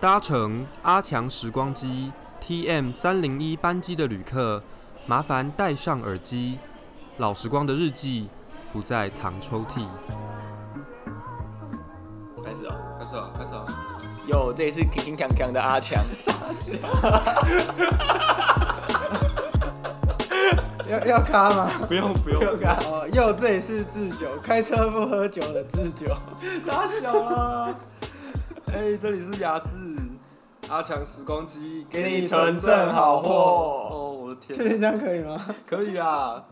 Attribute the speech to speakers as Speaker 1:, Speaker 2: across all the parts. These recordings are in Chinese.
Speaker 1: 搭乘阿强时光机 TM 三零一班机的旅客，麻烦戴上耳机。老时光的日记不再藏抽屉。
Speaker 2: 开始哦，
Speaker 3: 开始啊，开始啊！
Speaker 2: 哟，这里是铿铿锵锵的阿强，
Speaker 4: 要 要咖吗？
Speaker 2: 不用 不用，
Speaker 4: 要咖哦，又这里是自酒，开车不喝酒的自酒。
Speaker 2: 傻小了。哎，这里是雅致，阿强时光机给
Speaker 4: 你纯正好货
Speaker 2: 哦，我的
Speaker 4: 确定
Speaker 2: 天，
Speaker 4: 这样可以吗？
Speaker 2: 可以啦。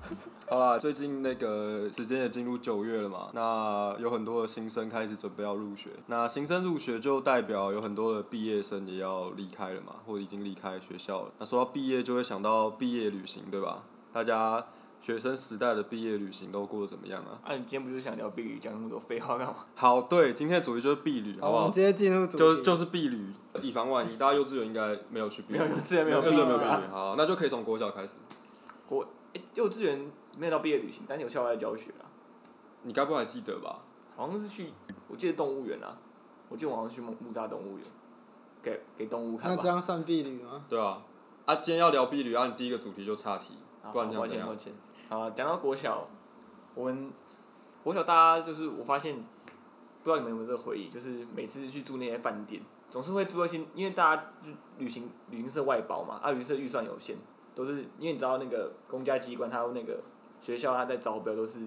Speaker 2: 好啦，最近那个时间也进入九月了嘛，那有很多的新生开始准备要入学。那新生入学就代表有很多的毕业生也要离开了嘛，或者已经离开学校了。那说到毕业，就会想到毕业旅行，对吧？大家学生时代的毕业旅行都过得怎么样啊？
Speaker 5: 啊，你今天不是想聊避旅，讲那么多废话干嘛？
Speaker 2: 好，对，今天的主题就是避旅，好
Speaker 4: 好，
Speaker 2: 不
Speaker 4: 我
Speaker 2: 好
Speaker 4: 们？直接进入主题。
Speaker 2: 就就是避旅，以防万一，大家幼稚园应该没有去 避旅，
Speaker 5: 没有幼稚园没有
Speaker 2: 幼稚园没有
Speaker 4: 避
Speaker 2: 避
Speaker 4: 旅
Speaker 2: 旅，好，那就可以从国小开始。
Speaker 5: 我、欸、幼稚园没有到毕业旅行，但是有校外教学啊，
Speaker 2: 你该不会还记得吧？
Speaker 5: 好像是去，我记得动物园啊，我记得我好像去木木栅动物园，给给动物
Speaker 4: 那
Speaker 5: 看
Speaker 4: 这
Speaker 5: 吧。
Speaker 4: 样算避旅吗？
Speaker 2: 对啊，啊，今天要聊避旅，啊，你第一个主题就岔题，
Speaker 5: 啊
Speaker 2: 不然你
Speaker 5: 抱
Speaker 2: 想怎
Speaker 5: 歉抱
Speaker 2: 样？
Speaker 5: 歉。啊，讲到国小，我们国小大家就是我发现，不知道你们有没有这个回忆，就是每次去住那些饭店，总是会住一些，因为大家就旅行旅行社外包嘛，啊，旅行社预算有限，都是因为你知道那个公家机关，它那个学校它在招标都是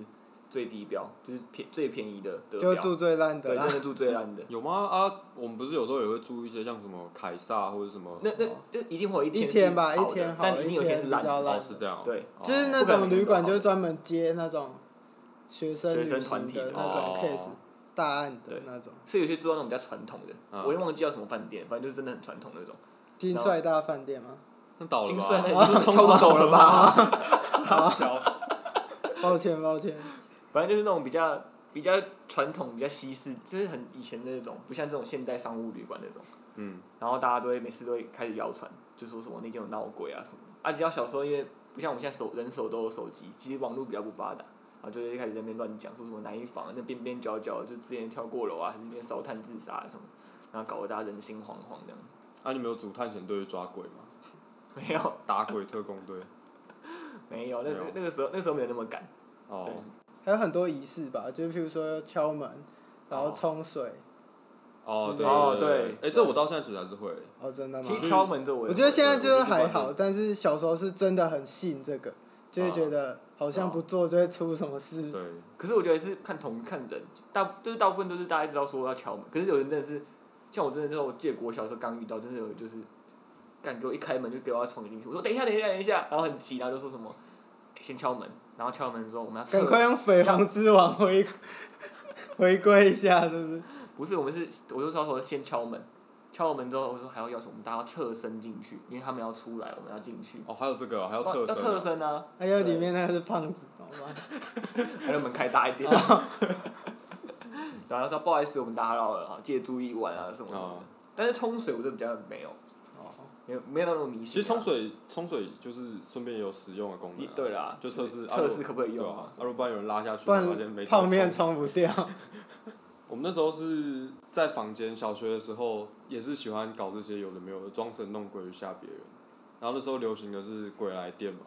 Speaker 5: 最低标，就是便最便宜的得
Speaker 4: 就
Speaker 5: 标，
Speaker 4: 住最烂的
Speaker 5: 对，
Speaker 4: 啦
Speaker 5: 真。的住最烂的。
Speaker 2: 有吗？啊，我们不是有时候也会住一些像什么凯撒或者什么，
Speaker 5: 那那那一定会有一
Speaker 4: 一
Speaker 5: 天
Speaker 4: 天
Speaker 5: 是
Speaker 4: 吧，
Speaker 5: 好
Speaker 4: 一
Speaker 5: 的
Speaker 4: 天好，
Speaker 5: 但一
Speaker 4: 一
Speaker 5: 定有一天
Speaker 4: 天
Speaker 5: 是
Speaker 4: 比
Speaker 5: 烂的。
Speaker 4: 较
Speaker 2: 哦
Speaker 4: 烂
Speaker 2: 是这
Speaker 4: 的。
Speaker 2: 样哦，
Speaker 5: 对
Speaker 2: 哦
Speaker 4: 就是那种旅馆，就是专门接那种学生旅
Speaker 5: 学生
Speaker 4: 行
Speaker 5: 团体的
Speaker 4: 的那种
Speaker 2: 哦
Speaker 4: case 大案的
Speaker 5: 对
Speaker 4: 那种，
Speaker 5: 所以有些住到那种比较传统的，
Speaker 2: 嗯
Speaker 5: 我也忘记叫什么饭店，反正就是真的很传统那种。
Speaker 4: 金帅大饭店吗？
Speaker 2: 那倒了
Speaker 5: 金帅那
Speaker 2: 吧？
Speaker 5: 已经冲走了吧？
Speaker 2: 大小，
Speaker 4: 抱歉抱歉，
Speaker 5: 反正就是那种比较比较传统、比较西式，就是很以前的那种，不像这种现代商务旅馆那种。
Speaker 2: 嗯，
Speaker 5: 然后大家都会每次都会开始谣传，就说什么那间有闹鬼啊什么的。啊，只要小时候因为不像我们现在手人手都有手机，其实网络比较不发达，然后就会开始在那边乱讲，说什么哪一房那边边角角就之前跳过楼啊，还是那边烧炭自杀、啊、什么，然后搞得大家人心惶惶这样子。
Speaker 2: 啊，你们有组探险队去抓鬼吗？
Speaker 5: 没有
Speaker 2: 打鬼特工队，
Speaker 5: 没有，那
Speaker 2: 没有
Speaker 5: 那那个时候那时候没有那么赶。对
Speaker 2: 哦
Speaker 4: 还有很多仪式吧，就是譬如说敲门，然后
Speaker 5: 哦
Speaker 4: 冲水，
Speaker 2: 哦
Speaker 4: 之
Speaker 2: 对
Speaker 4: 类的
Speaker 2: 对对
Speaker 5: 哦
Speaker 2: 对，哎，这我到现在其实还是会，
Speaker 4: 哦，真的吗
Speaker 5: 其？实敲门这我也
Speaker 4: 我觉得现在就是还
Speaker 2: 我
Speaker 4: 好，
Speaker 2: 就
Speaker 4: 但是小时候是真的很信这个，就
Speaker 5: 啊
Speaker 4: 会觉得好像不做就会出什么事。
Speaker 2: 对，
Speaker 5: 可是我觉得是看同看人，大就是大部分都是大家知道说要敲门，可是有人真的是，像我真的那时候，我记得国小的时候刚遇到，真的有人就是，干给我一开门就给我要闯进去，我说等一下等一下等一下，然后很急，然后就说什么、欸先敲门，然后敲完门之后我们要
Speaker 4: 赶快
Speaker 5: 撤，
Speaker 4: 用绯红之王回 回归一下，是不是？
Speaker 5: 不是我们是，我就说说先敲门，敲完门之后我说还要钥匙，我们大家要侧身进去，因为他们要出来，我们要进去，
Speaker 2: 哦还有这个啊还要
Speaker 5: 要
Speaker 2: 侧
Speaker 5: 要
Speaker 2: 身啊，
Speaker 5: 侧身啊，
Speaker 4: 还有哎里面那个是胖子，好 吗？
Speaker 5: 还有门开大一 点，然后说不好意思我们打扰了啊，记得注意玩啊什么什么的。
Speaker 2: 哦
Speaker 5: 但是冲水我就比较没有，
Speaker 4: 哦，
Speaker 5: 没有没有那种迷信啊、
Speaker 2: 其实冲水冲水就是顺便有使用的功能
Speaker 5: 也，
Speaker 2: 啊，
Speaker 5: 对啦，
Speaker 2: 就测试
Speaker 5: 测试可不可以用
Speaker 2: 对
Speaker 5: 啊
Speaker 2: 啊？，啊，如果不然有人拉下去，
Speaker 4: 不然
Speaker 2: 发现没得
Speaker 4: 泡面
Speaker 2: 冲
Speaker 4: 冲不掉。
Speaker 2: 我们那时候是在房间，小学的时候也是喜欢搞这些有的没有的，装神弄鬼去吓别人。然后那时候流行的是鬼来电嘛，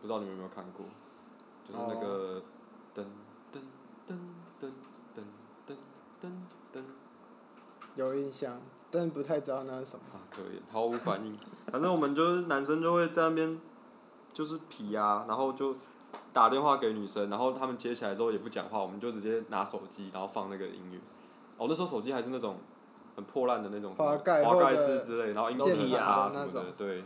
Speaker 2: 不知道你们有没有看过，就是那个噔噔噔噔噔噔噔噔
Speaker 4: 有印象，但不太知道那是什么。
Speaker 2: 啊，可以，毫无反应。反正我们就是男生就会在那边就是皮啊，然后就打电话给女生，然后他们接起来之后也不讲话，我们就直接拿手机，然后放那个音乐。哦，那时候手机还是那种很破烂的那种什么
Speaker 4: 滑盖
Speaker 2: 滑盖
Speaker 4: 或者
Speaker 2: 式之类，然后音
Speaker 4: 键
Speaker 2: 质
Speaker 4: 盘
Speaker 2: 差
Speaker 4: 的
Speaker 2: 什么
Speaker 4: 那种
Speaker 2: 的，对。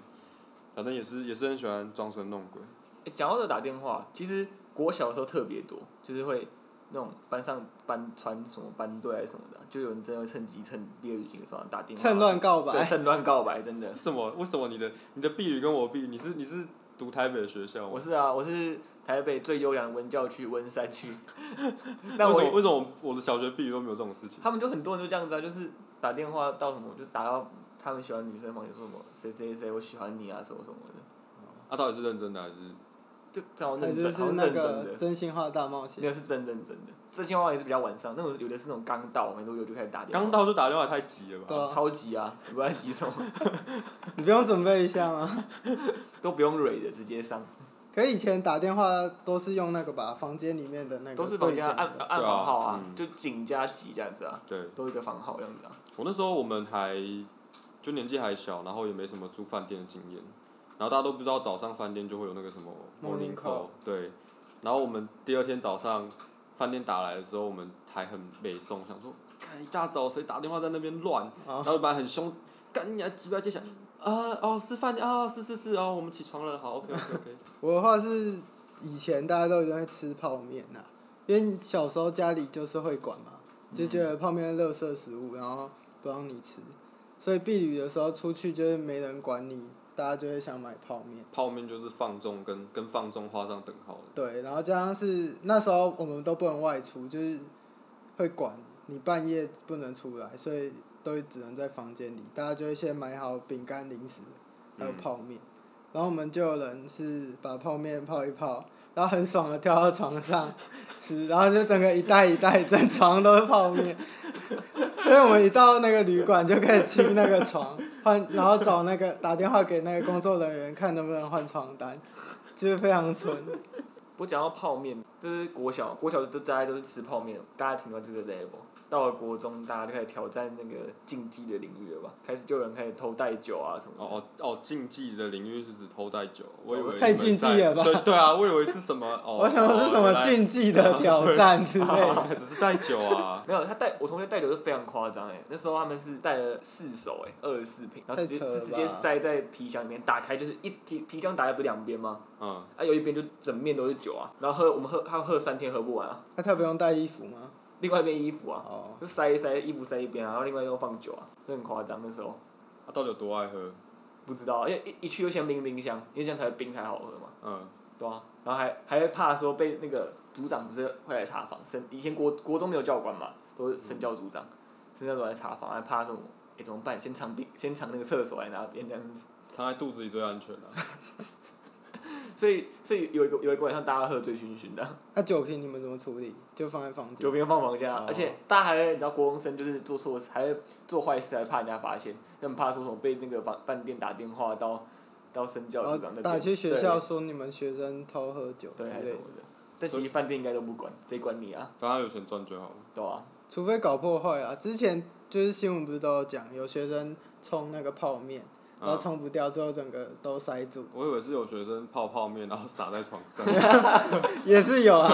Speaker 2: 反正也是也是很喜欢装神弄鬼。
Speaker 5: 诶讲到这打电话，其实国小的时候特别多，就是会那种班上班传什么班队还是什么的，啊就有人真的会趁机趁毕业旅行的时候打电话，
Speaker 4: 趁乱告
Speaker 5: 对，
Speaker 4: 白，
Speaker 5: 趁乱告白，真的
Speaker 2: 为。什么？为什么你的你的婢女跟我婢女，你是你是读台北的学校吗？
Speaker 5: 我是啊，我是台北最优良的文教区温山区，那
Speaker 2: 为
Speaker 5: 我
Speaker 2: 什么为什么我的小学婢女都没有这种事情？
Speaker 5: 他们就很多人就这样子啊，就是打电话到什么就打到他们喜欢女生的房间说什么谁谁谁我喜欢你啊什么什么的，
Speaker 2: 啊，到底是认真的还是
Speaker 5: 就超
Speaker 4: 还
Speaker 5: 认
Speaker 4: 就
Speaker 5: 真，
Speaker 4: 是
Speaker 5: 超
Speaker 4: 那
Speaker 5: 认真
Speaker 4: 个
Speaker 5: 的。
Speaker 4: 真心话大冒
Speaker 5: 没
Speaker 4: 险，
Speaker 5: 有是真认真的，这些话也是比较晚上，那种有的是那种刚到没多久就开始打电话，
Speaker 2: 刚到就打电话也太急了
Speaker 4: 对
Speaker 2: 吧？
Speaker 4: 啊
Speaker 5: 超级啊，不爱急什么，
Speaker 4: 你不用准备一下吗？
Speaker 5: 都不用蕊的，直接上，
Speaker 4: 可以前打电话都是用那个吧，房间里面的那个
Speaker 5: 都是房家
Speaker 4: 对讲
Speaker 5: 按
Speaker 4: 的
Speaker 5: 按房号啊，
Speaker 2: 嗯
Speaker 5: 就紧加急这样子啊，
Speaker 2: 对，
Speaker 5: 都一个房号这样子啊，
Speaker 2: 我那时候我们还就年纪还小，然后也没什么住饭店的经验，然后大家都不知道早上饭店就会有那个什么
Speaker 4: Morning call
Speaker 2: 对，然后我们第二天早上饭店打来的时候，我们还很美送，想说，看一大早谁打电话在那边乱，
Speaker 4: 哦
Speaker 2: 然后老板很凶，干你啊鸡巴接起来，啊哦是饭店啊是是是哦我们起床了，好 OK OK OK，
Speaker 4: 我的话是以前大家都一定会吃泡面呐、因为小时候家里就是会管嘛，就觉得泡面是垃圾食物，然后不让你吃，所以避旅的时候出去就是没人管你，大家就会想买泡面。
Speaker 2: 泡面就是放纵跟跟放纵画上等号了，
Speaker 4: 对，然后加上是那时候我们都不能外出，就是会管你半夜不能出来，所以都只能在房间里。大家就会先买好饼干、零食，还有
Speaker 2: 嗯
Speaker 4: 泡面。然后我们就有人是把泡面泡一泡，然后很爽的跳到床上吃，然后就整个一袋一袋，整床都是泡面。所以我们一到那个旅馆就可以去那个床换，然后找那个打电话给那个工作人员看能不能换床单，就是非常蠢。
Speaker 5: 我讲到泡面，就是国小，国小就大家都是吃泡面，大家停到这个 level。到了国中，大家就开始挑战那个竞技的领域了吧？开始就有人开始偷带酒啊什么的。。
Speaker 2: 哦哦哦，竞技的领域是指偷带酒，我以为
Speaker 4: 哦太
Speaker 2: 你们
Speaker 4: 竞技
Speaker 2: 在
Speaker 4: 了吧
Speaker 2: 对对啊，我以为是 什么哦，
Speaker 4: 我想说是什
Speaker 2: 哦
Speaker 4: 么
Speaker 2: 原来
Speaker 4: 竞技的挑战之类的。
Speaker 2: 只是带酒啊
Speaker 5: 没有，他带我同学带酒是非常夸张哎，那时候他们是带了四手哎、二十四瓶，然后直接
Speaker 4: 太扯了
Speaker 5: 直
Speaker 4: 吧
Speaker 5: 直接塞在皮箱里面，打开就是一皮皮箱打开不是两边吗？
Speaker 2: 嗯，
Speaker 5: 啊，有一边就整面都是酒啊，然后喝我们喝他喝三天喝不完啊，
Speaker 4: 那、他不用带衣服吗？
Speaker 5: 另外一边衣服啊，
Speaker 4: 哦，
Speaker 5: 就塞一塞衣服塞一边啊，然后另外一边放酒啊，这很夸张那时候。
Speaker 2: 他到底有多爱喝？
Speaker 5: 不知道，因为一一去就先冰冰箱，因为这样才会冰才好喝嘛，
Speaker 2: 嗯，
Speaker 5: 对啊，然后还还会怕说被那个组长不是会来查房，省以前国国中没有教官嘛，都是省教组长，省教组长来查房，还怕说，哎、怎么办？先藏冰，先藏那个厕所来拿边这样子，
Speaker 2: 藏在肚子里最安全了、啊
Speaker 5: 所以所以有一个有一个晚上大家喝醉醺醺的，
Speaker 4: 那、啊酒瓶你们怎么处理？就放在房
Speaker 5: 酒
Speaker 4: 间。
Speaker 5: 瓶放房间啊
Speaker 4: 哦，
Speaker 5: 而且大家还会你知道国中生就是做错事，还会做坏事，还怕人家发现，很怕说什么被那个饭饭店打电话到到省教
Speaker 4: 然后
Speaker 5: 组长那边
Speaker 4: 哦打去学
Speaker 5: 对
Speaker 4: 校说你们学生偷喝酒之
Speaker 5: 对，还是
Speaker 4: 类
Speaker 5: 什
Speaker 4: 的
Speaker 5: 么，的。但其实饭店应该都不管，谁管你啊？
Speaker 2: 反正他有钱赚就好了。
Speaker 5: 对啊，
Speaker 4: 除非搞破坏啊。之前就是新闻不是都有讲，有学生冲那个泡面，
Speaker 5: 啊
Speaker 4: 然后
Speaker 2: 嗯
Speaker 4: 冲不掉，最后整个都塞 住，
Speaker 2: 我以为是有学生泡泡面，然后撒在床 上。
Speaker 4: 也是 有啊。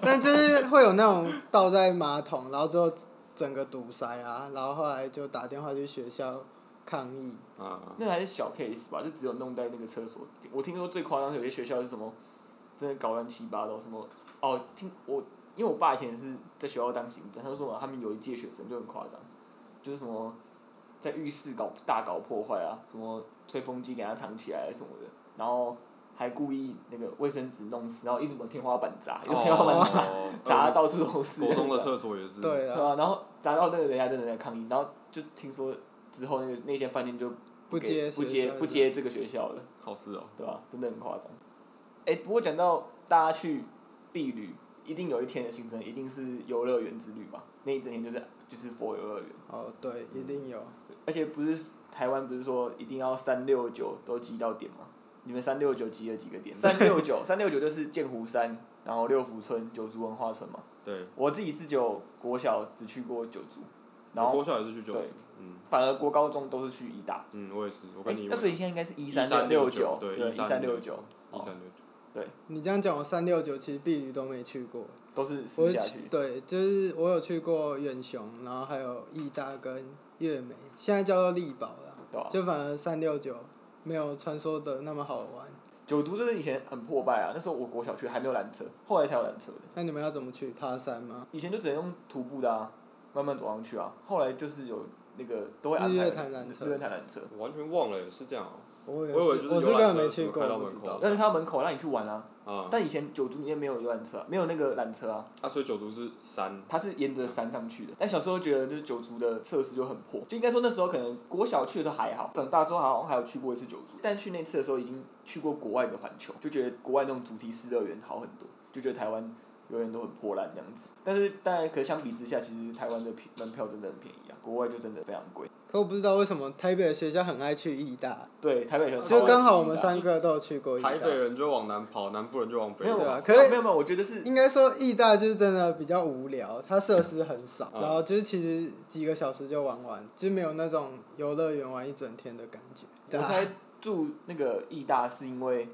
Speaker 4: 但就是会有那种倒在马桶，然后最后整个堵塞啊，然后后来就打电话去学校抗议。
Speaker 2: 啊、
Speaker 5: 那个还是小 case 吧，就只有弄在那个厕所。我听说最夸张的有些学校是什么，真的搞乱七八糟什么。哦，听我，因为我爸以前是在学校当行政，他就说嘛，他们有一届学生就很夸张，就是什么在浴室搞大搞破坏啊，什么吹风机给他藏起来什么的，然后还故意那个卫生纸弄湿，然后一直往天花板砸，用天花板砸，
Speaker 2: 哦
Speaker 5: 砸到处都是。
Speaker 2: 国中的厕所也是。
Speaker 4: 对
Speaker 5: 对
Speaker 4: 啊，
Speaker 5: 啊，然后砸到那个人家真的在抗议，然后就听说之后那个那间饭店就
Speaker 4: 不
Speaker 5: 给
Speaker 4: 接
Speaker 5: 不
Speaker 4: 学
Speaker 5: 接
Speaker 4: 生
Speaker 5: 不接这个学校了，
Speaker 2: 好事哦。
Speaker 5: 对吧、真的很夸张。哎，不过讲到大家去避旅，一定有一天的行程一定是游乐园之旅吧？那一整天就是就是佛游乐园，
Speaker 4: 哦，对，一定有。
Speaker 5: 而且不是台湾不是说一定要三六九都集到点吗？你们三六九集了几个点？三六九， 三六九就是剑湖山，然后六福村、九族文化村嘛。
Speaker 2: 对，
Speaker 5: 我自己是九国小只去过九族，然
Speaker 2: 我
Speaker 5: 后
Speaker 2: 国校也是去九
Speaker 5: 对
Speaker 2: 族。嗯
Speaker 5: 反而国高中都是去一大。
Speaker 2: 嗯，我也是，我
Speaker 5: 哎
Speaker 2: 跟你一，
Speaker 5: 那所以
Speaker 2: 样。
Speaker 5: 现在应该是一
Speaker 2: 1369
Speaker 5: 六
Speaker 2: 对
Speaker 5: 对，一三六
Speaker 2: 1369
Speaker 5: 九，
Speaker 2: 一
Speaker 5: 哦
Speaker 2: 三六九。
Speaker 4: 你这样讲，我三六九其实避旅都没去过。
Speaker 5: 都是
Speaker 4: 我
Speaker 5: 私
Speaker 4: 有
Speaker 5: 下
Speaker 4: 去
Speaker 5: 去。
Speaker 4: 对，就是我有去过远雄，然后还有义大跟月美，现在叫做力宝
Speaker 5: 对啊
Speaker 4: 了。就反而三六九没有传说的那么好玩。
Speaker 5: 九族就是以前很破败啊，那时候我国小去还没有缆车，后来才有缆车的。
Speaker 4: 那你们要怎么去爬山吗？
Speaker 5: 以前就只能用徒步的啊，慢慢走上去啊。后来就是有那个都会安
Speaker 4: 日
Speaker 5: 排
Speaker 4: 月潭缆车
Speaker 5: 日月潭缆车，
Speaker 2: 我完全忘了，是这样哦、
Speaker 4: 我也
Speaker 2: 我以为
Speaker 4: 是，
Speaker 2: 就是
Speaker 4: 我
Speaker 2: 游
Speaker 4: 根
Speaker 2: 览
Speaker 4: 本没
Speaker 2: 车
Speaker 4: 去
Speaker 2: 怎么
Speaker 4: 过，
Speaker 2: 开到
Speaker 4: 不
Speaker 2: 门
Speaker 4: 知
Speaker 2: 口
Speaker 4: 道。
Speaker 5: 但是他门口让你去玩啊。
Speaker 2: 啊，
Speaker 5: 但以前九族里面没有游览车、啊，没有那个缆车啊，
Speaker 2: 啊，所以九族是山，
Speaker 5: 它是沿着山上去的。但小时候觉得就是九族的设施就很破，就应该说那时候可能国小去的时候还好，长大之后好像还有去过一次九族，但去那次的时候已经去过国外的环球，就觉得国外那种主题式乐园好很多，就觉得台湾永远都很破烂这样子。但是当然，可相比之下，其实台湾的票门票真的很便宜啊，国外就真的非常贵。
Speaker 4: 可我不知道为什么台北的学校很爱去义大，
Speaker 5: 对，台北人
Speaker 4: 就刚好我们
Speaker 5: 三
Speaker 4: 三个都有去过义大
Speaker 2: 台。北人就往南跑，南部人就往北
Speaker 5: 没有
Speaker 4: 对
Speaker 2: 跑。
Speaker 4: 啊
Speaker 5: 啊，
Speaker 4: 可是
Speaker 5: 没有没有，我觉得是
Speaker 4: 应该说义大就是真的比较无聊，它设施很少，
Speaker 2: 嗯
Speaker 4: 然后就是其实几个小时就玩完，就没有那种游乐园玩一整天的感觉。对
Speaker 5: 我
Speaker 4: 啊
Speaker 5: 猜住那个义大是因为，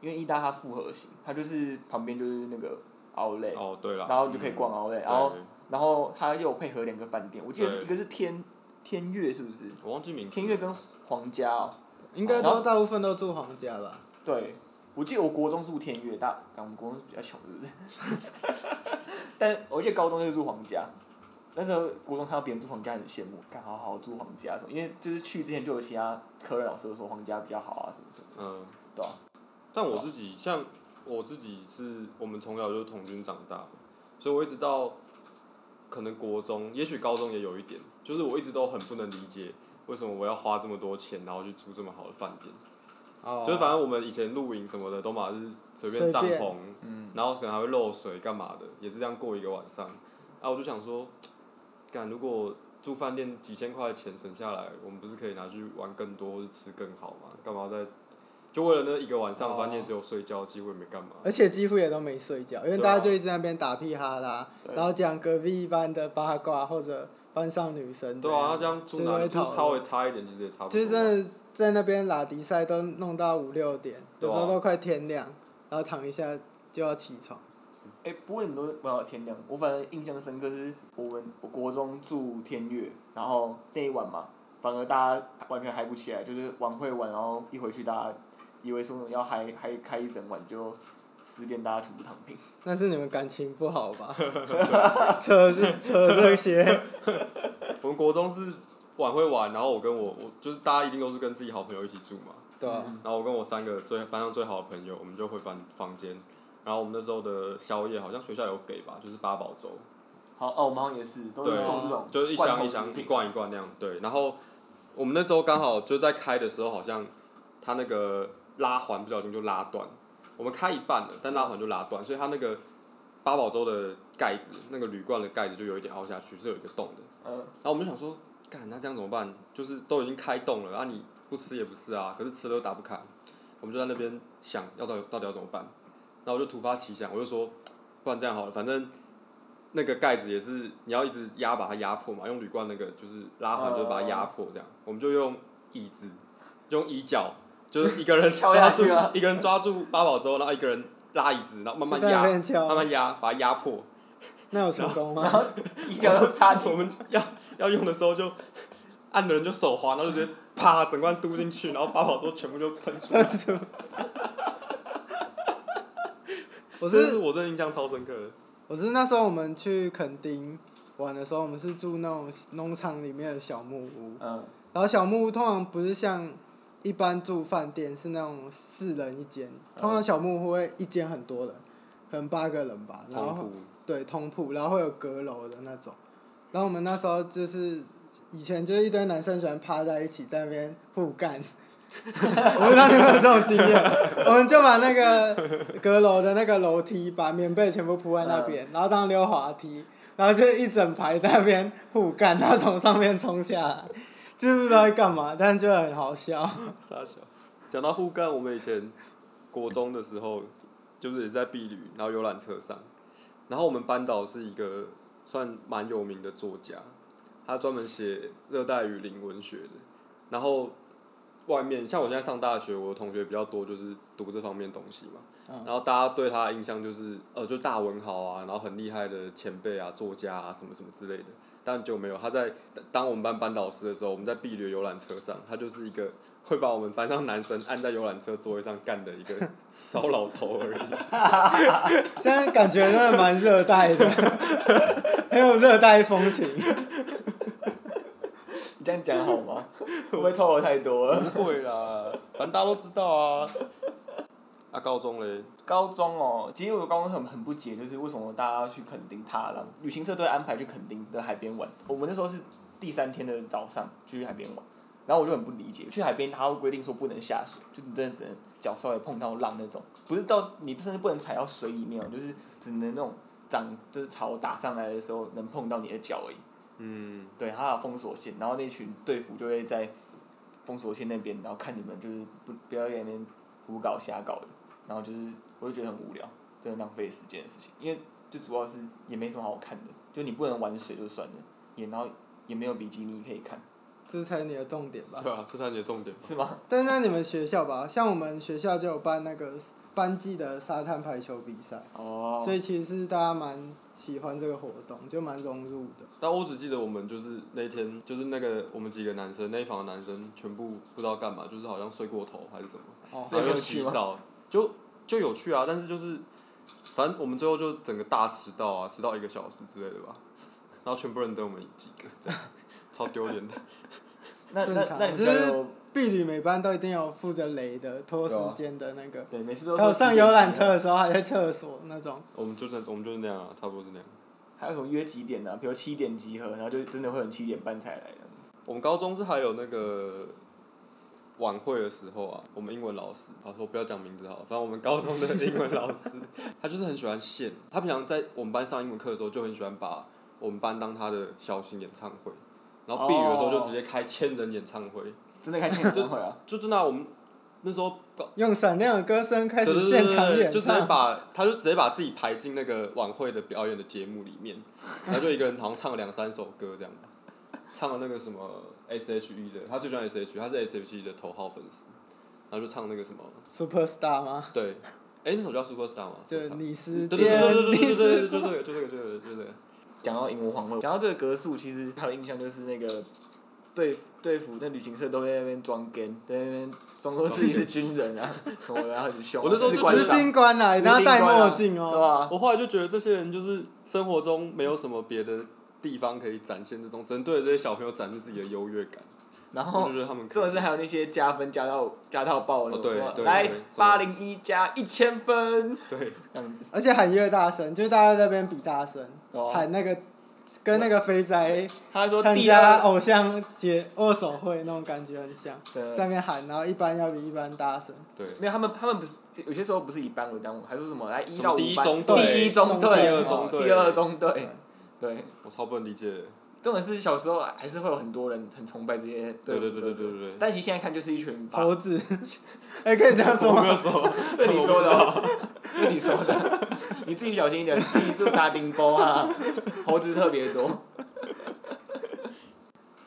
Speaker 5: 因为义大它复合型，它就是旁边就是那个 Outlet，、
Speaker 2: 哦，对了，
Speaker 5: 然后就可以逛啊
Speaker 2: 嗯
Speaker 5: Outlet，、
Speaker 2: 对
Speaker 5: 然后然后它又有配合两个饭店，我记得是
Speaker 2: 对
Speaker 5: 一个是天天悦是不是？
Speaker 2: 我忘记名字。
Speaker 5: 天悦跟皇家哦，
Speaker 4: 应该
Speaker 5: 然
Speaker 4: 都
Speaker 5: 后
Speaker 4: 大部分都住皇家吧？
Speaker 5: 对，我记得我国中住天悦，大，我们国中是比较穷，是不是？ 但我记得高中就是住皇家，那时候国中看到别人住皇家很羡慕，干好好住皇家什么，因为就是去之前就有其他科任老师都说皇家比较好啊什么什么，
Speaker 2: 嗯，
Speaker 5: 对啊
Speaker 2: 但我自己像我自己是我们从小就是童军长大，所以我一直到可能国中，也许高中也有一点，就是我一直都很不能理解为什么我要花这么多钱，然后去住这么好的饭店。
Speaker 4: 哦，
Speaker 2: 就是反正我们以前露营什么的，都嘛是随便帐
Speaker 4: 随
Speaker 2: 篷
Speaker 4: 便，
Speaker 5: 嗯，
Speaker 2: 然后可能还会漏水干嘛的，也是这样过一个晚上。啊，我就想说，干如果住饭店几千块钱省下来，我们不是可以拿去玩更多或是吃更好吗？干嘛在就为了那一个晚上，
Speaker 4: 哦哎
Speaker 2: 反正你也只有睡觉机会没干嘛。
Speaker 4: 而且几乎也都没睡觉，因为
Speaker 2: 对啊
Speaker 4: 大
Speaker 2: 啊
Speaker 4: 家就一直在那边打屁哈啦，
Speaker 5: 对
Speaker 4: 然后讲隔壁班的八卦或者班上女生。
Speaker 2: 对啊，那这样住哪里
Speaker 4: 就
Speaker 2: 住
Speaker 4: 是会讨
Speaker 2: 稍微
Speaker 4: 论
Speaker 2: 差一点，其实也差不多。啊
Speaker 4: 就是真的在那边拉迪赛都弄到五六点，有
Speaker 2: 对啊
Speaker 4: 时候都快天亮，然后躺一下就要起床。
Speaker 5: 哎、不过你们都玩到天亮，我反正印象深刻是我们我国中住天悦，然后那一晚嘛，反而大家完全嗨不起来，就是晚会玩，然后一回去大家以为说要嗨嗨开一整晚，就十点大家全部躺平。
Speaker 4: 那是你们感情不好 吧？扯是扯这些，
Speaker 2: 我们国中是晚会玩，然后我跟我我就是大家一定都是跟自己好朋友一起住嘛。
Speaker 4: 对啊、
Speaker 2: 然后我跟我三个最班上最好的朋友，我们就回房房间。然后我们那时候的宵夜好像学校有给吧，就是八宝粥，
Speaker 5: 好，哦，我们好像也是，都是
Speaker 2: 对
Speaker 5: 送这种
Speaker 2: 就是一
Speaker 5: 罐头
Speaker 2: 箱一箱
Speaker 5: 食
Speaker 2: 一
Speaker 5: 品
Speaker 2: 罐一罐那样。对，然后我们那时候刚好就在开的时候，好像他那个拉环不小心就拉断，我们开一半了，但拉环就拉断，所以他那个八宝粥的盖子，那个铝罐的盖子就有一点凹下去，是有一个洞的。
Speaker 5: 呃，
Speaker 2: 然后我们就想说，干，那这样怎么办？就是都已经开动了，啊你不吃也不是啊，可是吃了又打不开，我们就在那边想要到底到底要怎么办。然后我就突发奇想，我就说，不然这样好了，反正那个盖子也是你要一直压把它压破嘛，用铝罐那个就是拉环就是把它压破这样，我们就用椅子，用椅脚，就是 一个人
Speaker 5: 敲下
Speaker 2: 抓住
Speaker 5: 去啊
Speaker 2: 一个人抓住八宝粥，然后一个人拉椅子，然后慢慢
Speaker 4: 是在那边
Speaker 2: 压，
Speaker 4: 敲
Speaker 2: 慢慢压，把它压破。
Speaker 4: 那有成功 吗？
Speaker 5: 一箱都插进
Speaker 2: 我们要要用的时候就按的人就手滑，然后就直接啪整罐嘟进去，然后八宝粥全部就喷 出来。
Speaker 4: 我
Speaker 2: 这是
Speaker 4: 是
Speaker 2: 我真的印象超深刻的。
Speaker 4: 我是那时候我们去垦丁玩的时候，我们是住那种农场里面的小木屋，
Speaker 5: 嗯，
Speaker 4: 然后小木屋通常不是像一般住饭店是那种四人一间，通常小木屋会一间很多人，可能八个人吧，然后对通铺，然后会有阁楼的那种。然后我们那时候就是以前就是一堆男生喜欢趴在一起在那边互干， 我不知道你们有这种经验，我们就把那个阁楼的那个楼梯把棉被全部铺在那边，然后当溜滑梯，然后就一整排在那边互干，然后从上面冲下来，就是不知道在干嘛，但就很好笑。
Speaker 2: 傻小。讲到护干，我们以前国中的时候，就是也是在避旅，然后游览车上，然后我们班导是一个算蛮有名的作家，他专门写热带雨林文学的，然后。外面像我现在上大学，我的同学比较多，就是读这方面东西嘛。
Speaker 4: 嗯
Speaker 2: 然后大家对他的印象就是，呃，就大文豪啊，然后很厉害的前辈啊、作家啊，什么什么之类的。但就没有他在当我们班班导师的时候，我们在碧旅游览车上，他就是一个会把我们班上男生按在游览车座位上干的一个 糟老头而已。
Speaker 4: 现在感觉真的 蛮热带的，很有热带风情。
Speaker 5: 你这样讲好 吗？会不会透露太多了？
Speaker 2: 不会啦，反正大家都知道啊。 啊，高中嘞，
Speaker 5: 高中哦，其实我高中很很不解，就是为什么大家要去垦丁踏浪？旅行社都会安排去垦丁的海边玩。我们那时候是第三天的早上去海边玩，然后我就很不理解，去海边他会规定说不能下水，就你真的只能脚稍微碰到浪那种，不是到你甚至不能踩到水里面哦，就是只能那种涨就是潮打上来的时候能碰到你的脚而已。
Speaker 2: 嗯，
Speaker 5: 对，他有封锁线，然后那群队服就会在封锁线那边，然后看你们就是不不要在那边胡搞瞎搞的，然后就是我就觉得很无聊，真的浪费时间的事情，因为就主要是也没什么好看的，就你不能玩水就算了，也然后也没有比基尼可以看，
Speaker 4: 这才是你的重点吧？
Speaker 2: 对啊，这才是你的重点。
Speaker 5: 是吗？
Speaker 4: 但那你们学校吧，像我们学校就有办那个班级的沙滩排球比赛，
Speaker 5: 哦
Speaker 4: 所以其实是大家蛮喜欢这个活动，就蛮融入的。
Speaker 2: 但我只记得我们就是那天，就是那个我们几个男生那一房的男生全部不知道干嘛，就是好像睡过头还是什么，
Speaker 4: 哦
Speaker 5: 所
Speaker 2: 然
Speaker 5: 以
Speaker 2: 后
Speaker 5: 有
Speaker 2: 就
Speaker 5: 趣
Speaker 2: 洗
Speaker 5: 吗？
Speaker 2: 澡，就就有趣啊。但是就是，反正我们最后就整个大迟到啊，迟到一个小时之类的吧。然后全部人等我们几个， 这样超丢脸的。
Speaker 5: 那那
Speaker 4: 正常
Speaker 5: 那你
Speaker 4: 就
Speaker 5: 们
Speaker 4: 是
Speaker 5: 家有
Speaker 4: 婢女每班都一定有负责雷的、拖时间的那个，
Speaker 5: 对每次都
Speaker 4: 还有
Speaker 5: 说
Speaker 4: 上
Speaker 5: 几点
Speaker 4: 游览
Speaker 5: 集
Speaker 4: 车
Speaker 5: 合，
Speaker 4: 的时候还在厕所那种。
Speaker 2: 我们就是我们就是那样啊，差不多是那样。
Speaker 5: 还有什么约几点呢、啊？比如七点集合，然后就真的会有人七点半才来的。
Speaker 2: 我们高中是还有那个晚会的时候啊，我们英文老师，好说不要讲名字好了，反正我们高中的英文老师， 他就是很喜欢现，他平常在我们班上英文课的时候就很喜欢把我们班当他的小型演唱会，然后避雨的时候就直接开千人演唱会，
Speaker 5: 真的开 现场会啊！
Speaker 2: 就真的啊、我们那时候高。
Speaker 4: 用闪亮的歌声开
Speaker 2: 对
Speaker 4: 始
Speaker 2: 对
Speaker 4: 现
Speaker 2: 对
Speaker 4: 场
Speaker 2: 对，
Speaker 4: 演
Speaker 2: 就直接
Speaker 4: 唱。
Speaker 2: 把他就直接把自己排进那个晚会的表演的节目里面，然后就一个人好像唱了两三首歌这样，唱了那个什么 S H E 的，他最喜欢 S H E，他是 S H E 的头号粉丝，然后就唱那个什么，
Speaker 4: Superstar 吗？
Speaker 2: 对，哎、那首叫 Superstar 吗？
Speaker 4: 就你是
Speaker 2: 对对对
Speaker 4: 电，
Speaker 2: 对
Speaker 4: 你
Speaker 2: 对对对，
Speaker 4: 是
Speaker 2: 就这个就这个就这个就这个，
Speaker 5: 讲到荧幕黄昏，讲到这个格数，其实还有印象就是那个队队服那旅行社都在那边装 gay，在那边装说自己是军人啊，什么的然后很凶啊。
Speaker 2: 我那时候
Speaker 5: 是
Speaker 2: 就
Speaker 5: 官
Speaker 4: 执
Speaker 2: 觉得
Speaker 5: 长
Speaker 4: 行官啊，一定要
Speaker 5: 执行官
Speaker 4: 戴
Speaker 5: 啊
Speaker 4: 墨镜
Speaker 5: 对
Speaker 4: 哦。
Speaker 5: 吧？
Speaker 2: 我后来就觉得这些人就是生活中没有什么别的地方可以展现这种，只能对着这些小朋友展示自己的优越感，
Speaker 5: 然
Speaker 2: 我
Speaker 5: 后
Speaker 2: 就觉得他们可
Speaker 5: 重点是
Speaker 2: 怜
Speaker 5: 还有那些加分加到加到爆的那种，
Speaker 2: 哦对
Speaker 5: 说
Speaker 2: 对
Speaker 5: 来
Speaker 2: 对
Speaker 5: 八零一加一千分
Speaker 2: 对。
Speaker 5: 这样子，
Speaker 4: 而且喊越大声，就是大家在那边比大声，
Speaker 5: 哦
Speaker 4: 喊那个跟那个肥宅
Speaker 5: 他还说
Speaker 4: 参
Speaker 5: 第
Speaker 4: 加哦
Speaker 5: 二
Speaker 4: 偶像节握手会那种感觉很像，
Speaker 5: 对
Speaker 4: 在那边喊，然后一般要比一般大声。
Speaker 2: 对，
Speaker 5: 没有，他们他们不是有些时候不是以班为单位，还说什么来一到五班
Speaker 2: 第一中队
Speaker 5: 第一中
Speaker 4: 中
Speaker 5: 队、
Speaker 4: 第
Speaker 2: 二中队
Speaker 5: 第二中队，对。
Speaker 2: 我超不能理解。
Speaker 5: 根本是小时候还是会有很多人很崇拜这些队
Speaker 2: 对
Speaker 5: 伍
Speaker 2: 对对对
Speaker 5: 的
Speaker 2: 对对对。
Speaker 5: 但其实现在看就是一群把
Speaker 4: 猴子， 哎、可以这样说
Speaker 2: 我
Speaker 4: 吗
Speaker 2: 没？有说，
Speaker 5: 是 你说的哦， 是你说的，你自己小心一点，你自己住沙丁包啊，猴子特别 多。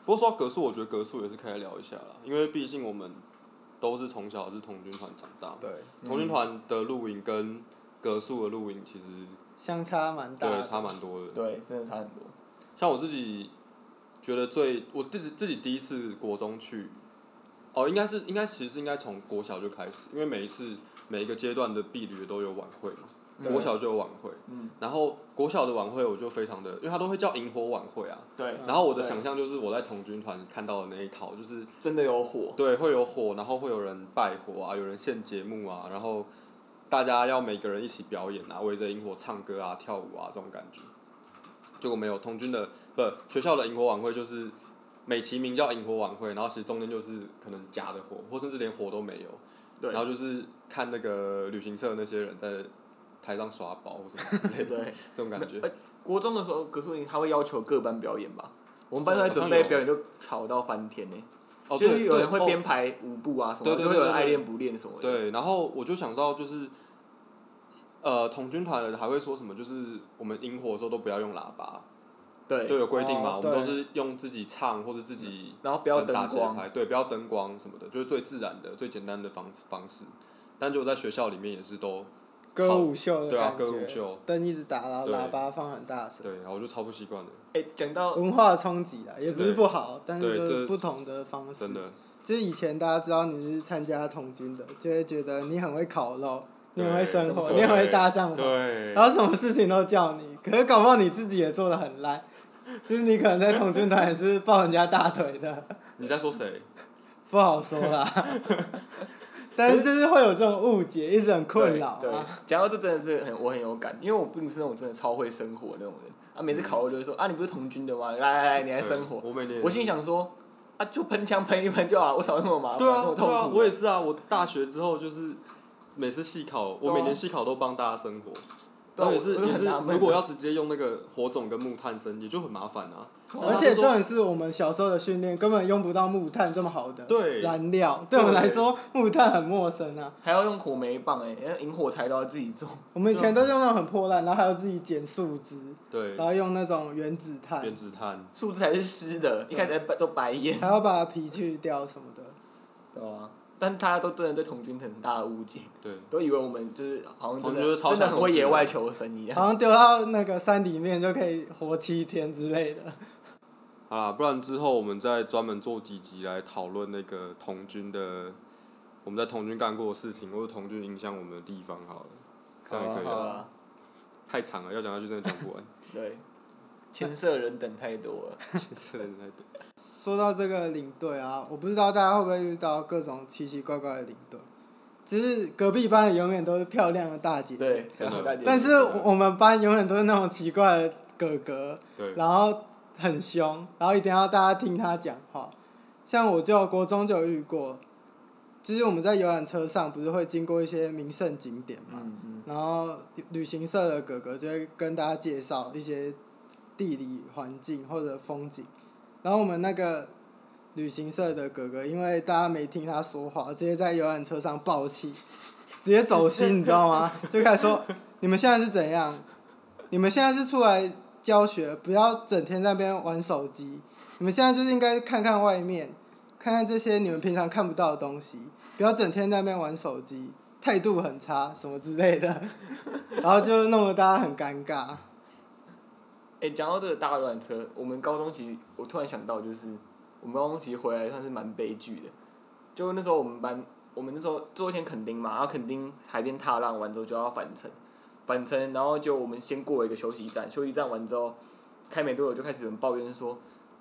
Speaker 2: 不过说到格数，我觉得格数也是可以来聊一下啦，因为毕竟我们都是从小是童军团长大，
Speaker 4: 对，
Speaker 5: 嗯
Speaker 2: 童军团的露营跟格数的露营其实
Speaker 4: 相差蛮大
Speaker 2: 对
Speaker 5: 嗯
Speaker 4: 的。
Speaker 2: 差蛮多的。
Speaker 5: 对，真的差很多。
Speaker 2: 像我自己觉得最我自己自己第一次国中去，哦，应该是应该其实应该从国小就开始，因为每一次每一个阶段的婢旅都有晚会嘛，
Speaker 5: 对
Speaker 2: 国小就有晚会，
Speaker 5: 嗯，
Speaker 2: 然后国小的晚会我就非常的，因为它都会叫萤火晚会啊，
Speaker 5: 对，
Speaker 2: 然后我的
Speaker 5: 对
Speaker 2: 想象就是我在童军团看到的那一套，就是
Speaker 5: 真的有火，
Speaker 2: 对会有火，然后会有人拜火啊，有人献节目啊，然后大家要每个人一起表演啊，围着萤火唱歌啊、跳舞啊这种感觉。结果没有童军的不学校的萤火晚会就是美其名叫萤火晚会，然后其实中间就是可能假的火，或甚至连火都没有。
Speaker 5: 对
Speaker 2: 然后就是看那个旅行社的那些人在台上耍宝或什么之类
Speaker 5: 对
Speaker 2: 的
Speaker 5: 对。
Speaker 2: 这种感觉。
Speaker 5: 呃国中的时候，可是他会要求各班表演吧？我们班在
Speaker 2: 好像
Speaker 5: 准备
Speaker 2: 有
Speaker 5: 表演就吵到翻天呢、
Speaker 2: 哦，
Speaker 5: 就
Speaker 2: 对，
Speaker 5: 是有人
Speaker 2: 对
Speaker 5: 会
Speaker 2: 哦
Speaker 5: 编排舞步啊什么，
Speaker 2: 对对
Speaker 5: 就会有人
Speaker 2: 对对
Speaker 5: 爱练不练什么的。
Speaker 2: 对，然后我就想到就是，呃，童军团的还会说什么？就是我们萤火的时候都不要用喇叭，
Speaker 5: 对
Speaker 2: 就有规定嘛。
Speaker 4: 哦
Speaker 2: 我们
Speaker 4: 对
Speaker 2: 都是用自己唱或者自己
Speaker 5: 然后不要
Speaker 2: 很打
Speaker 5: 灯
Speaker 2: 节
Speaker 5: 光，
Speaker 2: 拍，对，不要灯光什么的，就是最自然的、最简单的方方式。但就在学校里面也是都
Speaker 4: 歌舞秀的
Speaker 2: 对啊
Speaker 4: 感觉，
Speaker 2: 歌舞秀
Speaker 4: 灯一直打，然后
Speaker 2: 对
Speaker 4: 喇叭放很大声，
Speaker 2: 对，然后我就超不习惯的，
Speaker 5: 哎、讲到
Speaker 4: 文化冲击啦，也不是
Speaker 2: 对
Speaker 4: 不好，但是
Speaker 2: 对
Speaker 4: 就是
Speaker 2: 这
Speaker 4: 不同的方式
Speaker 2: 真。的。
Speaker 4: 就是以前大家知道你是参加童军的，就会觉得你很会烤肉，你很会生活，
Speaker 2: 对
Speaker 4: 你很会搭帐篷，
Speaker 2: 对，
Speaker 4: 然后什么事情都叫你。可是搞不好你自己也做的很烂，就是你可能在童军团也是抱人家大腿的，
Speaker 2: 你在说谁？
Speaker 4: 不好说 啦。但是就是会有这种误解，一直很困扰
Speaker 5: 对，对
Speaker 4: 啊。
Speaker 5: 讲到这真的是很我很有感，因为我并不是那种真的超会生活的那种人啊。每次
Speaker 4: 嗯
Speaker 5: 考我就会说、啊，你不是童军的吗？来来来，你来生活。
Speaker 2: 对我每年也是
Speaker 5: 我心里想说啊，就喷枪喷一喷就好，我少那么麻烦，
Speaker 2: 对啊
Speaker 5: 那么，痛
Speaker 2: 对
Speaker 5: 苦。
Speaker 2: 啊，我也是啊。我大学之后就是每次系考，
Speaker 5: 对
Speaker 2: 我
Speaker 5: 啊
Speaker 2: 每年系考都帮大家生活。
Speaker 5: 对啊
Speaker 2: 然后也是
Speaker 5: 我我
Speaker 2: 也
Speaker 5: 很
Speaker 2: 是
Speaker 5: 纳闷，啊
Speaker 2: 如果要直接用那个火种跟木炭生，也就很麻烦啊。
Speaker 4: 而且这
Speaker 2: 他说
Speaker 4: 种是我们小时候的训练，根本用不到木炭这么好的
Speaker 2: 对
Speaker 4: 燃料，对我们来说木炭很陌生啊。
Speaker 5: 还要用火煤棒哎、欸，引火柴都要自己做。
Speaker 4: 我们以前都用那种很破烂，然后还要自己捡树枝，
Speaker 2: 对
Speaker 4: 然，后用那种原子炭，
Speaker 2: 原子炭，
Speaker 5: 树枝还是湿的，一开始还白都白眼，
Speaker 4: 还要把皮去掉什么 的。
Speaker 5: 对啊？但大家都真的对童军很大的误解，
Speaker 2: 对，
Speaker 5: 都以为我们就是好像真
Speaker 2: 童军就
Speaker 5: 的
Speaker 2: 是超
Speaker 5: 真的
Speaker 2: 像
Speaker 5: 很会
Speaker 2: 童军啊
Speaker 5: 野
Speaker 2: 的
Speaker 5: 外求生一样。
Speaker 4: 好像丢到那个山里面就可以活七天之类的。
Speaker 2: 好啦，不然之后我们再专门做几集来讨论那个童军的，我们在童军干过的事情，或者童军影响我们的地方好了，这样也可以
Speaker 5: 对
Speaker 4: 好
Speaker 2: 啊。
Speaker 4: 啊
Speaker 5: 啊，
Speaker 2: 太长了，要讲下去真的讲 不完，
Speaker 5: 对，牵涉人等太多了。
Speaker 2: 真的太多
Speaker 4: 说到这个领队啊，我不知道大家会不会遇到各种奇奇怪怪的领队，就是隔壁班的永远都是漂亮的大姐姐，
Speaker 5: 对，然后大姐姐
Speaker 4: 但是我们班永远都是那种奇怪的哥哥，
Speaker 2: 对，
Speaker 4: 然后很凶，然后一定要大家听他讲话。像我就国中就有遇过，就是我们在游览车上不是会经过一些名胜景点嘛，
Speaker 5: 嗯嗯，
Speaker 4: 然后旅行社的哥哥就会跟大家介绍一些地理环境或者风景，然后我们那个旅行社的哥哥，因为大家没听他说话，直接在游览车上爆气， 直接走心，你知道吗？ 就开始说你们现在是怎样？你们现在是出来教学，不要整天在那边玩手机。你们现在就是应该看看外面，看看这些你们平常看不到的东西，不要整天在那边玩手机，态度很差什么之类的， 然后就弄得大家很尴尬。
Speaker 5: 哎、讲到这个搭游览车，我们高中其实我突然想到，就是我们高中其实回来算是蛮悲剧的。就那时候我们班，我们那时候最后一天垦丁嘛，然后垦丁海边踏浪完之后就要返程，返程然后就我们先过了一个休息站，休息站完之后，开没多久就开始有人抱怨说，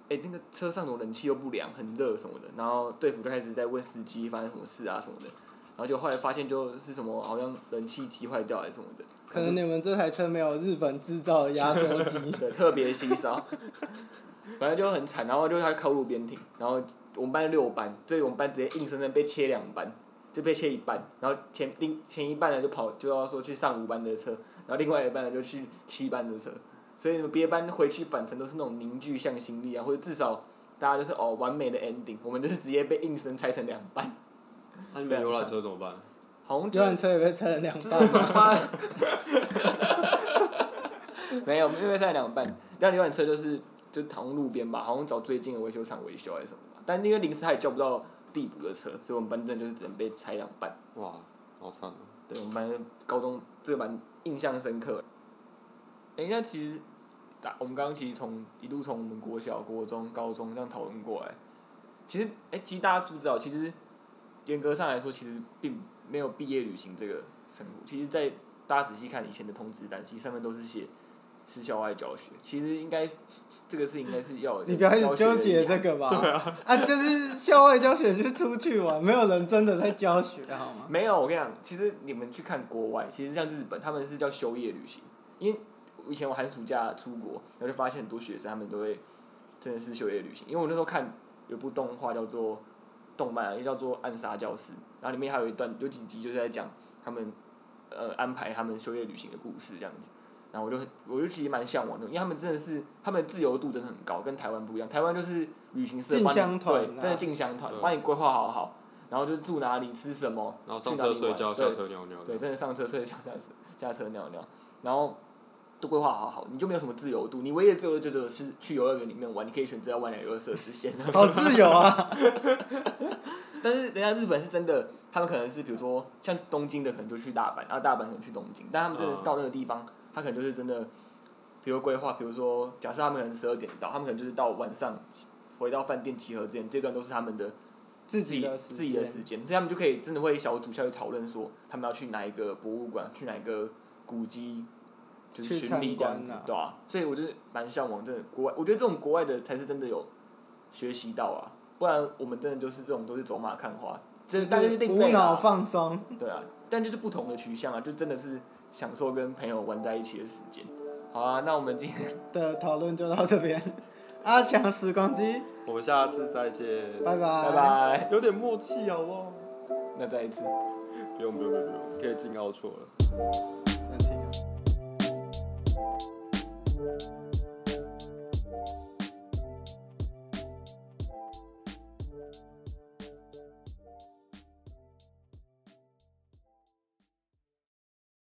Speaker 5: 哎、那个车上怎么冷气又不良，很热什么的。然后队服就开始在问司机发生什么事啊什么的，然后就后来发现就是什么好像冷气机坏掉还是什么的，
Speaker 4: 可能你们这台车没有日本制造的压缩机，
Speaker 5: 对，特别稀少， 反正就很惨。然后就他靠路边停，然后我们班六班，所以我们班直接硬生生被切两班，就被切一半。然后前另前一半呢就跑就要说去上五班的车，然后另外一半呢就去七班的车。所以别班回去返程都是那种凝聚向心力啊，或者至少大家就是哦完美的 ending，我们就是直接被硬生拆成两班，
Speaker 2: 那你们游览车怎么办？
Speaker 5: 好像就
Speaker 4: 游
Speaker 5: 是
Speaker 4: 览车也被拆了两半。
Speaker 5: 没有，因为在两半，那游览车就是就是躺路边吧，好像找最近的维修厂维修还是什么吧。但因为临时他也叫不到地补的车，所以我们班真的就是只能被拆两半。
Speaker 2: 哇，好惨哦！
Speaker 5: 对我们班高中这个班印象深刻。哎、那其实，打我们刚刚其实从一路从我们国小、国中、高中这样讨论过来，其实哎、诶其实大家知不知道，其实严格上来说，其实并没有毕业旅行这个称呼。其实，在大家仔细看以前的通知单，其实上面都是写是校外教学。其实应该这个事情应该是要有
Speaker 4: 你不要一直纠结这
Speaker 5: 个。
Speaker 4: 个吧。对啊。啊，就是校外教学就是出去玩，没有人真的在教学，好吗？
Speaker 5: 没有，我跟你讲，其实你们去看国外，其实像日本，他们是叫休业旅行。因为以前我寒暑假出国，然后就发现很多学生他们都会真的是休业旅行。因为我那时候看有部动画叫做动漫啊，也叫做《暗杀教室》，然后里面还有一段有几集就是在讲他们呃安排他们休业旅行的故事这样子。然后我就很，我就其实蛮向往的，因为他们真的是，他们自由度真的很高，跟台湾不一样。台湾就是旅行社
Speaker 4: 进
Speaker 5: 帮你
Speaker 4: 香团
Speaker 5: 对，
Speaker 4: 啊
Speaker 5: 真的进香团，
Speaker 2: 对
Speaker 5: 帮你规划好好，然后就住哪里、吃什么，
Speaker 2: 然后上
Speaker 5: 去哪里
Speaker 2: 车
Speaker 5: 玩
Speaker 2: 睡觉，下
Speaker 5: 对
Speaker 2: 车尿尿。
Speaker 5: 对，真的上车睡觉，下车下车尿尿，然后都规划好好，你就没有什么自由度，你唯一的自由度就是去游乐园里面玩，你可以选择要玩哪个游乐设施 先。
Speaker 4: 好自由啊！
Speaker 5: 但是人家日本是真的，他们可能是比如说像东京的可能就去大阪，然后大阪可能去东京，但他们真
Speaker 2: 啊
Speaker 5: 的是到那个地方，他可能就是真的，比如规划，比如说假设他们可能十二点到，他们可能就是到晚上回到饭店集合之前，这段都是他们的自
Speaker 4: 自己
Speaker 5: 己
Speaker 4: 的时
Speaker 5: 自己的时间，所以他们就可以真的会小组下去讨论说他们要去哪一个博物馆，去哪一个古迹就是
Speaker 4: 去
Speaker 5: 巡礼这样
Speaker 4: 参
Speaker 5: 子
Speaker 4: 观啊，
Speaker 5: 对吧、所以我就是蛮向往这国外，我觉得这种国外的才是真的有学习到啊，不然我们真的就是这种都是走马看花，这
Speaker 4: 就
Speaker 5: 但是
Speaker 4: 是
Speaker 5: 另
Speaker 4: 无
Speaker 5: 类
Speaker 4: 脑
Speaker 5: 啊，
Speaker 4: 放松。
Speaker 5: 对啊，但就是不同的取向啊，就真的是享受跟朋友玩在一起的时间。好啊，那我们今天
Speaker 4: 的讨论就到这边。阿强时光机，
Speaker 2: 我们下次再见，
Speaker 4: 拜
Speaker 5: 拜
Speaker 4: 拜。
Speaker 5: 拜，
Speaker 2: 有点默契好不好？
Speaker 5: 那再一次。
Speaker 2: 不用不用不用，不用可以进奥错了。
Speaker 4: 能听吗